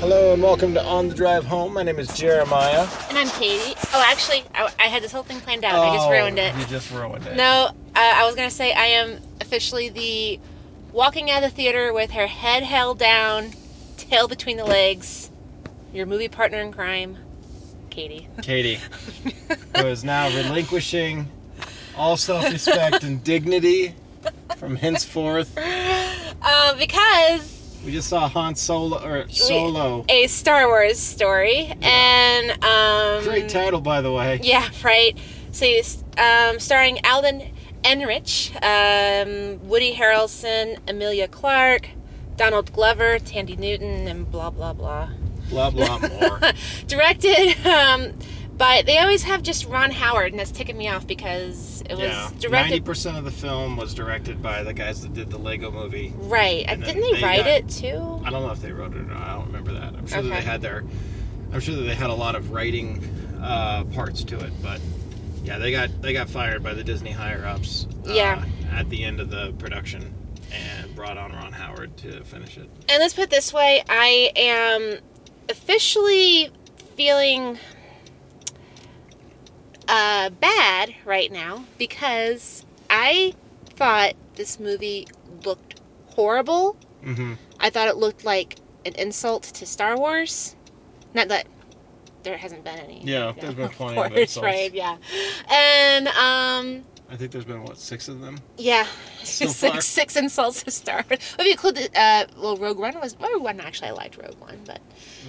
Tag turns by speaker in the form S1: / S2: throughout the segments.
S1: Hello and welcome to On the Drive Home. My name is Jeremiah.
S2: And I'm Katie. Oh, actually, I, I had this whole thing planned out. I just
S1: Oh,
S2: ruined it.
S1: You just ruined it.
S2: No, uh, I was gonna say I am officially the walking out of the theater with her head held down, tail between the legs, your movie partner in crime, Katie.
S1: Katie, who is now relinquishing all self respect and dignity from henceforth.
S2: Uh, because
S1: We just saw Han Solo, or Solo.
S2: a Star Wars story, and um,
S1: Great title, by the way.
S2: Yeah, right. So, you- um, starring Alden Enrich, um, Woody Harrelson, Amelia Clark, Donald Glover, Tandy Newton, and blah blah blah.
S1: Blah, blah, more.
S2: Directed um, by they always have just Ron Howard, and that's ticking me off because it was
S1: yeah.
S2: directed
S1: 90% of the film was directed by the guys that did the Lego movie.
S2: right.
S1: and then
S2: Didn't they,
S1: they
S2: write
S1: got-
S2: it too?
S1: I don't know if they wrote it or not. I don't remember that. I'm sure that they
S2: Okay.
S1: had their, I'm sure that they had a lot of writing uh, parts to it, but yeah, they got they got fired by the Disney higher ups. Uh,
S2: Yeah.
S1: At the end of the production, and brought on Ron Howard to finish it.
S2: And let's put it this way: I am officially feeling uh, bad right now because I thought this movie looked horrible.
S1: Mm-hmm.
S2: I thought it looked like an insult to Star Wars. Not that there hasn't been any.
S1: Yeah,
S2: you
S1: there's
S2: know,
S1: been plenty of
S2: course,
S1: insults.
S2: Right? Yeah. And um,
S1: I think there's been what six of them.
S2: yeah,
S1: So
S2: six,
S1: far.
S2: six insults to Star Wars. If you include the uh, well, Rogue One was Rogue One. Actually, I liked Rogue One, but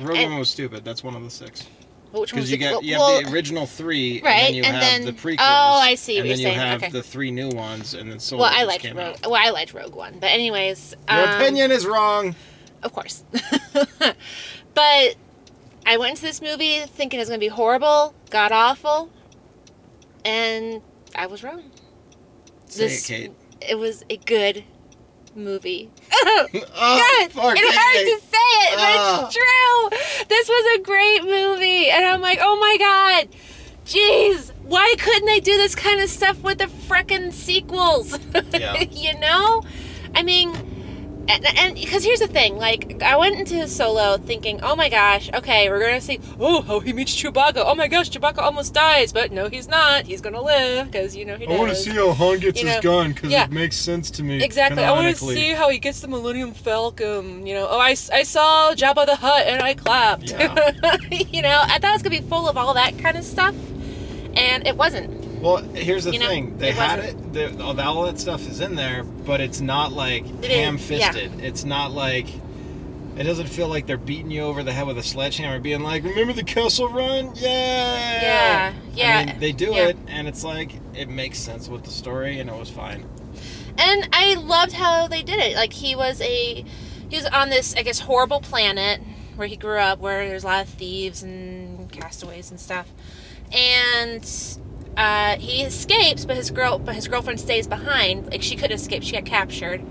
S1: Rogue
S2: And-
S1: One was stupid. That's one of the six.
S2: but which one
S1: Because
S2: was
S1: you
S2: the-
S1: got
S2: well,
S1: you have
S2: well,
S1: the original three,
S2: Right,
S1: and then you
S2: and
S1: have
S2: then-
S1: the prequels.
S2: oh, I see
S1: and
S2: what you're
S1: then
S2: saying,
S1: you have
S2: okay.
S1: the three new ones, and then Solo
S2: Well, I
S1: just
S2: liked
S1: came
S2: Rogue.
S1: out.
S2: Well, I liked Rogue One, but anyways,
S1: Your
S2: um,
S1: opinion is wrong.
S2: of course. but I went into this movie thinking it was going to be horrible, god awful, and I was wrong.
S1: Say
S2: this-
S1: it, Kate.
S2: It was a good movie.
S1: Oh,
S2: good.
S1: poor
S2: It hurts
S1: Kate.
S2: to say it, but
S1: Ah.
S2: it's true. This was a great movie, and I'm like, oh my god, jeez, why couldn't they do this kind of stuff with the frickin' sequels?
S1: Yeah.
S2: you know, I mean, and- and because here's the thing, like I went into Solo thinking, oh my gosh, okay, we're gonna see, oh, how he meets Chewbacca. Oh my gosh, Chewbacca almost dies, but no, he's not. He's gonna live because you know he.
S1: I want to
S2: does.
S1: see how Han gets
S2: You
S1: his
S2: know,
S1: gun because
S2: yeah.
S1: it makes sense to me.
S2: Exactly. I want to
S1: canonically.
S2: see how he gets the Millennium Falcon. You know, oh, I, s- I saw Jabba the Hutt and I clapped.
S1: Yeah.
S2: you know, I thought it was going to be full of all that kind of stuff, and it wasn't.
S1: Well, here's the
S2: you know,
S1: thing: they
S2: it
S1: had it. The, all, that- all that stuff is in there, but it's not like
S2: It is, yeah.
S1: ham-fisted. It's not like it doesn't feel like they're beating you over the head with a sledgehammer, being like, "Remember the Kessel Run? Yeah,
S2: Yeah, yeah,
S1: Eh, I mean, they do
S2: yeah.
S1: it, and it's like it makes sense with the story, and it was fine.
S2: And I loved how they did it. Like, he was a. He was on this, I guess, horrible planet where he grew up, where there's a lot of thieves and castaways and stuff. And. Uh, he escapes, but his girl, but his girlfriend stays behind. Like she couldn't escape; she got captured.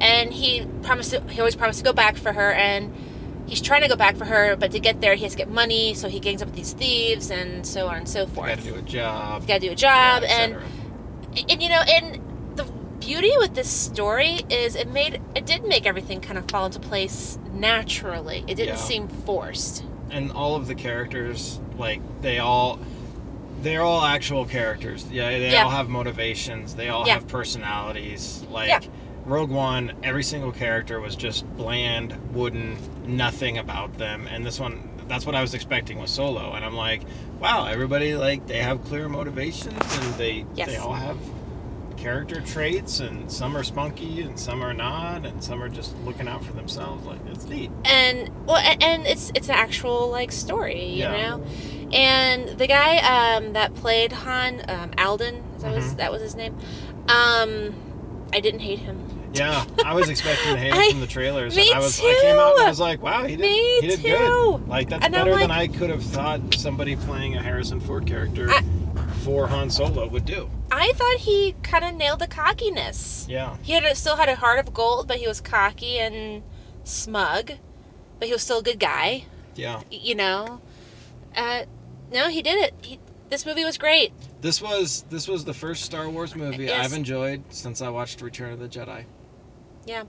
S2: and he promised to, he always promised to go back for her and he's trying to go back for her but to get there he has to get money so he gangs up with these thieves and so on and so forth
S1: Got to do a job.
S2: gotta do a job
S1: et
S2: and
S1: cetera.
S2: and you know and the beauty with this story is it made it did make everything kind of fall into place naturally it didn't
S1: Yeah.
S2: seem forced
S1: and all of the characters like they all they're all actual characters yeah they
S2: Yeah.
S1: all have motivations they all
S2: Yeah.
S1: have personalities like
S2: Yeah.
S1: rogue one every single character was just bland wooden nothing about them and this one that's what i was expecting with solo and i'm like wow everybody like they have clear motivations and they
S2: Yes.
S1: they all have character traits and some are spunky and some are not and some are just looking out for themselves like it's neat
S2: and well and, and it's it's an actual like story you
S1: Yeah.
S2: know and the guy um, that played han um, alden is that, was,
S1: Mhm.
S2: that was his name um, i didn't hate him
S1: Yeah, I was expecting to hate
S2: I-
S1: it from the trailers,
S2: me
S1: and I was I came out and
S2: too.
S1: I was like, wow, he did,
S2: Me
S1: he did
S2: too.
S1: good. Like that's
S2: And I'm
S1: better than I could have thought somebody playing a Harrison Ford character
S2: I-
S1: for Han Solo would do.
S2: i thought he kind of nailed the cockiness
S1: Yeah,
S2: he had a, still had a heart of gold but he was cocky and smug but he was still a good guy
S1: yeah.
S2: y- you know uh, no he did it he, this movie was great
S1: This was this was the first Star Wars movie
S2: Yes.
S1: I've enjoyed since I watched Return of the Jedi.
S2: Yeah.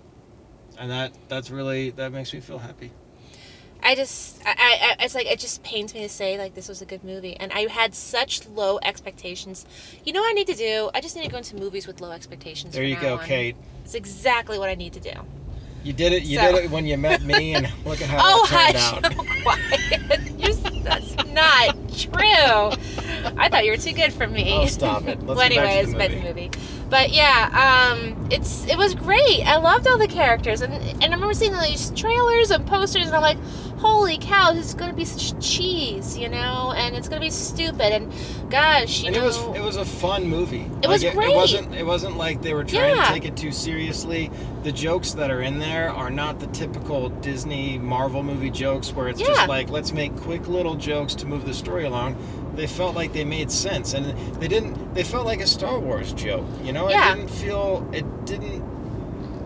S1: And that that's really that makes me feel happy.
S2: I just, I, I, it's like it just pains me to say like this was a good movie, and I had such low expectations. You know what I need to do? I just need to go into movies with low expectations.
S1: There
S2: from
S1: you go,
S2: now on.
S1: Kate.
S2: It's exactly what I need to do.
S1: You did it. You
S2: So-
S1: did it when you met me, and look at how
S2: oh,
S1: that turned
S2: hush!
S1: out.
S2: Wyatt. You're, that's not true. I thought you were too good for me.
S1: Oh, stop it. Let's get back
S2: well,
S1: to
S2: anyways,
S1: the
S2: back to
S1: movie.
S2: movie. But yeah, um, it's it was great. I loved all the characters, and and I remember seeing these trailers and posters, and I'm like, holy cow, this is gonna be such cheese, you know, and it's gonna be stupid, and gosh, you
S1: and
S2: know,
S1: it was it was a fun movie. It
S2: was
S1: it,
S2: great.
S1: It wasn't it wasn't like they were trying
S2: Yeah.
S1: to take it too seriously. The jokes that are in there are not the typical Disney Marvel movie jokes where it's
S2: Yeah.
S1: just like let's make quick little jokes to move the story along. They felt like they made sense, and they didn't. They felt like a Star Wars joke. You know,
S2: Yeah.
S1: it didn't feel it didn't.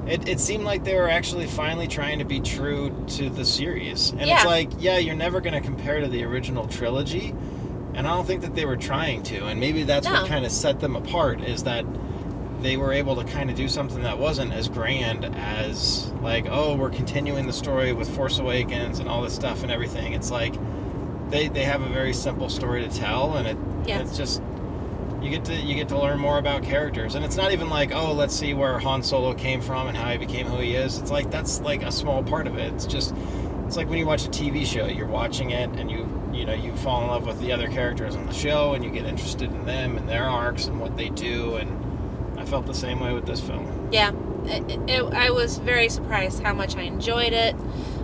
S1: It, it seemed like they were actually finally trying to be true to the series. And it's
S2: Yeah.
S1: like, yeah, you're never going to compare to the original trilogy, and I don't think that they were trying to. And maybe that's
S2: No.
S1: what kind of set them apart is that they were able to kind of do something that wasn't as grand as like, oh, we're continuing the story with Force Awakens and all this stuff and everything. It's like they they have a very simple story to tell, and it
S2: Yeah.
S1: it's just you get to you get to learn more about characters, and it's not even like, oh, let's see where Han Solo came from and how he became who he is. It's like that's like a small part of it. It's just it's like when you watch a TV show, you're watching it and you you know you fall in love with the other characters on the show and you get interested in them and their arcs and what they do and I felt the same way with this film.
S2: yeah it, it, i was very surprised how much i enjoyed it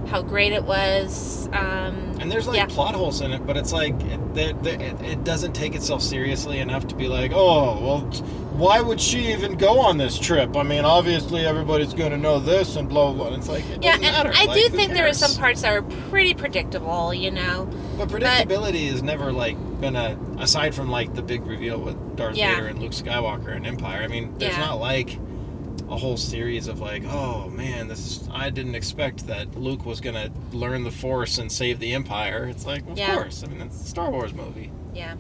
S2: how great it was um
S1: And there's like
S2: yeah
S1: plot holes in it, but it's like it, the, the, it, it doesn't take itself seriously enough to be like, oh, well, t- why would she even go on this trip? I mean, obviously everybody's going to know this and blah blah. blah. It's like it
S2: yeah
S1: doesn't
S2: and
S1: matter.
S2: i
S1: like,
S2: do
S1: who
S2: think there were some
S1: cares?
S2: parts that were pretty predictable you know
S1: But predictability has never like been a aside from like the big reveal with Darth
S2: Yeah.
S1: Vader and Luke Skywalker and Empire. I mean, there's
S2: Yeah.
S1: not like a whole series of like, oh man, this is, I didn't expect that Luke was gonna learn the Force and save the Empire. It's like, of
S2: Yeah.
S1: course. I mean, it's a Star Wars movie.
S2: yeah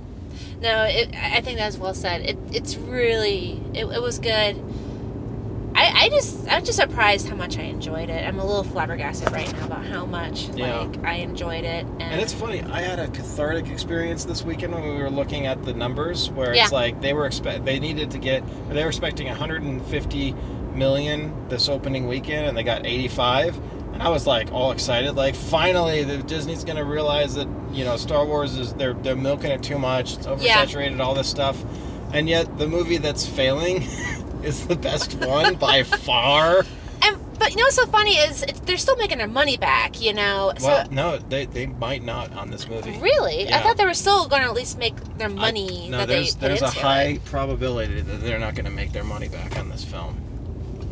S2: no it, i I think that's well said it, it's really it, it was good I, I just i'm just surprised how much i enjoyed it i'm a little flabbergasted right now about how much
S1: Yeah.
S2: like i enjoyed it and,
S1: And it's funny. I had a cathartic experience this weekend when we were looking at the numbers, where
S2: Yeah.
S1: it's like they were expect they needed to get they were expecting 150 million this opening weekend, and they got 85. And I was like all excited, like finally, the Disney's gonna realize that you know Star Wars is they're they're milking it too much. It's
S2: Yeah.
S1: oversaturated, all this stuff, and yet the movie that's failing is the best one by far.
S2: and but you know what's so funny is it's, they're still making their money back you know so
S1: Well, no, they they might not on this movie.
S2: Really? I
S1: Yeah.
S2: thought they were still going to at least make their
S1: I-
S2: money
S1: no,
S2: that they
S1: there's
S2: put
S1: there's
S2: into
S1: a high
S2: it.
S1: probability that they're not going to make their money back on this film.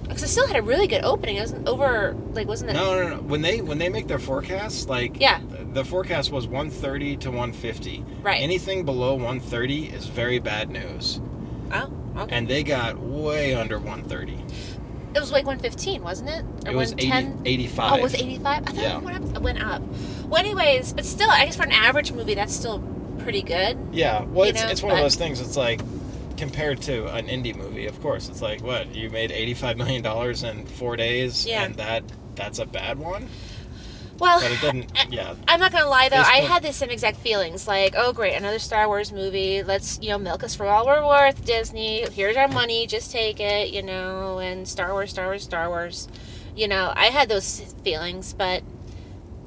S2: Because it still had a really good opening. It wasn't over, like, wasn't it?
S1: No, no, no. When they when they make their forecasts, like
S2: Yeah.
S1: th- the forecast was 130 to 150.
S2: Right.
S1: Anything below 130 is very bad news,
S2: oh, okay.
S1: and they got way under 130.
S2: it was like 115, wasn't it? Or
S1: It was 80,
S2: 110? Oh,
S1: 85.
S2: was it 85? I thought
S1: Yeah.
S2: it went up, it went up. Well, anyways, but still, I guess for an average movie, that's still pretty good.
S1: Yeah, well,
S2: You
S1: it's
S2: know,
S1: it's one of
S2: but-
S1: those things. It's like compared to an indie movie, of course, it's like what you made eighty five million dollars in four days,
S2: Yeah.
S1: and that that's a bad one.
S2: Well,
S1: But it doesn't.
S2: I-
S1: Yeah,
S2: I'm not gonna lie though,
S1: They
S2: I
S1: still-
S2: had the same exact feelings. Like, oh great, another Star Wars movie. Let's you know milk us for all we're worth. Disney, here's our money. Just take it, you know. And Star Wars, Star Wars, Star Wars. You know, I had those feelings, but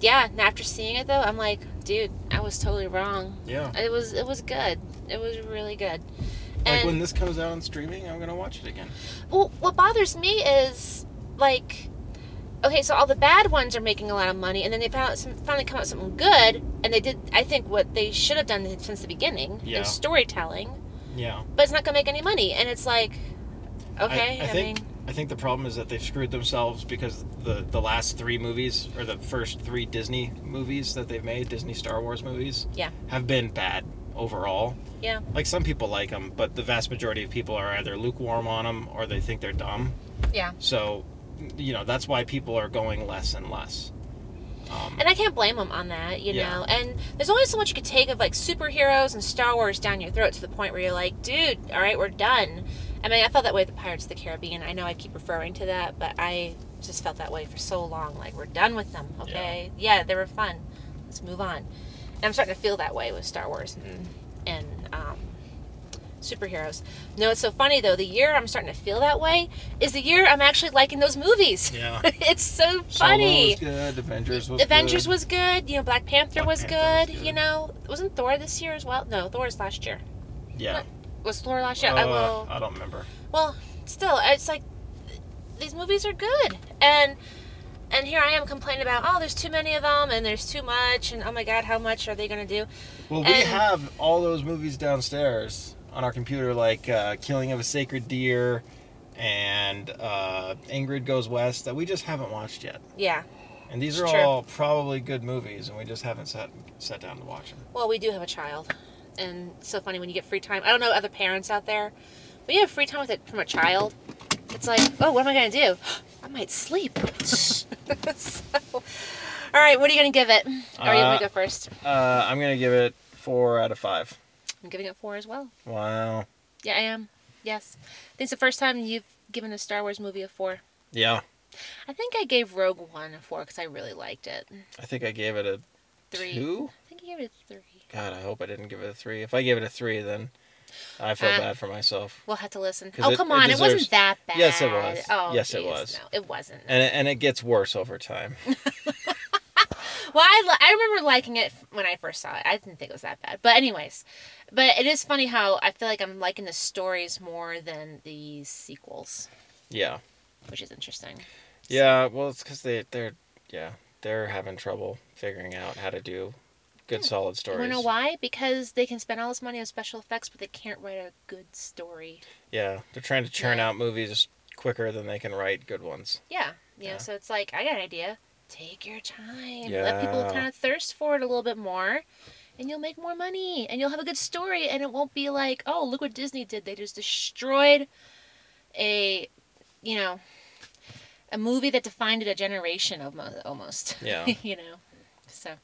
S2: yeah. and After seeing it though, I'm like, dude, I was totally wrong.
S1: yeah.
S2: It was it was good. It was really good.
S1: Like
S2: And
S1: when this comes out on streaming, I'm gonna watch it again.
S2: well, what bothers me is like, okay, so all the bad ones are making a lot of money, and then they found some, finally come out with something good, and they did. I think what they should have done since the beginning
S1: Yeah.
S2: is storytelling,
S1: Yeah.
S2: but it's not gonna make any money, and it's like, okay,
S1: I,
S2: I,
S1: I think
S2: mean,
S1: I think the problem is that they've screwed themselves because the the last three movies or the first three Disney movies that they've made, Disney Star Wars movies,
S2: Yeah.
S1: have been bad overall.
S2: yeah,
S1: Like some people like them, but the vast majority of people are either lukewarm on them or they think they're dumb.
S2: yeah,
S1: So, you know, that's why people are going less and less. Um,
S2: and I can't blame them on that, you
S1: Yeah.
S2: know. And there's only so much you could take of like superheroes and Star Wars down your throat to the point where you're like, dude, all right, we're done. I mean, I felt that way with the Pirates of the Caribbean. I know I keep referring to that, but I just felt that way for so long. Like we're done with them. Okay, yeah, they were fun. Let's move on. And I'm starting to feel that way with Star Wars
S1: Mm-hmm.
S2: and and um, superheroes. You know, it's so funny though. The year I'm starting to feel that way is the year I'm actually liking those movies.
S1: Yeah.
S2: it's so
S1: Solo
S2: funny.
S1: was good. Avengers was
S2: Avengers
S1: good.
S2: was good. You know, Black Panther,
S1: Black
S2: was,
S1: Panther was
S2: good,
S1: good.
S2: You know, wasn't Thor this year as well? No, Thor was last year.
S1: Yeah.
S2: Was Thor last year? Oh, I
S1: Uh,
S2: will.
S1: I don't remember.
S2: Well, still, it's like these movies are good, and and here I am complaining about oh, there's too many of them, and there's too much, and oh my God, how much are they gonna do?
S1: Well, we
S2: And-
S1: have all those movies downstairs on our computer, like uh, Killing of a Sacred Deer and uh, Ingrid Goes West, that we just haven't watched yet.
S2: Yeah.
S1: And these
S2: It's
S1: are
S2: true.
S1: all probably good movies, and we just haven't sat sat down to watch them.
S2: Well, we do have a child, and it's so funny when you get free time. I don't know other parents out there, but you have free time with it from a child. It's like, oh, what am I gonna do? I might sleep. so, all right, what are you gonna give it? Or you
S1: Uh,
S2: want me to go first?
S1: Uh, I'm gonna give it four out of five.
S2: I'm giving it four as well.
S1: Wow.
S2: Yeah, I am. Yes. I think it's the first time you've given a Star Wars movie a four.
S1: Yeah,
S2: I think I gave Rogue One a four because I really liked it.
S1: I think I gave it a
S2: Three.
S1: two.
S2: I think I gave it a three.
S1: God, I hope I didn't give it a three. If I gave it a three, then I feel
S2: Ah.
S1: bad for myself.
S2: We'll have to listen.
S1: 'Cause
S2: Oh,
S1: it-
S2: come
S1: it
S2: on. It,
S1: deserves-
S2: wasn't that bad.
S1: Yes, it was.
S2: Oh,
S1: Yes, it
S2: geez,
S1: was.
S2: No, it wasn't.
S1: And it, and it gets worse over time.
S2: Well, I, li- I remember liking it f- when I first saw it. I didn't think it was that bad. But, anyways, but it is funny how I feel like I'm liking the stories more than the sequels,
S1: Yeah.
S2: which is interesting.
S1: Yeah. Well, it's because they they're yeah they're having trouble figuring out how to do good solid
S2: You
S1: stories.
S2: want to know Hmm. why? Because they can spend all this money on special effects, but they can't write a good story.
S1: Yeah, they're trying to churn
S2: Yeah.
S1: out movies quicker than they can write good ones.
S2: Yeah. You
S1: Yeah.
S2: know, so it's like, I got an idea. Take your time. Let people
S1: Yeah.
S2: kind of thirst for it a little bit more, and you'll make more money, and you'll have a good story, and it won't be like, oh, look what Disney did. They just destroyed a, you know, a movie that defined a generation almo- almost.
S1: Yeah.
S2: you know? So,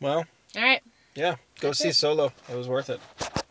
S1: Well,
S2: all right.
S1: yeah, go
S2: That's
S1: see
S2: it.
S1: Solo. It was worth it.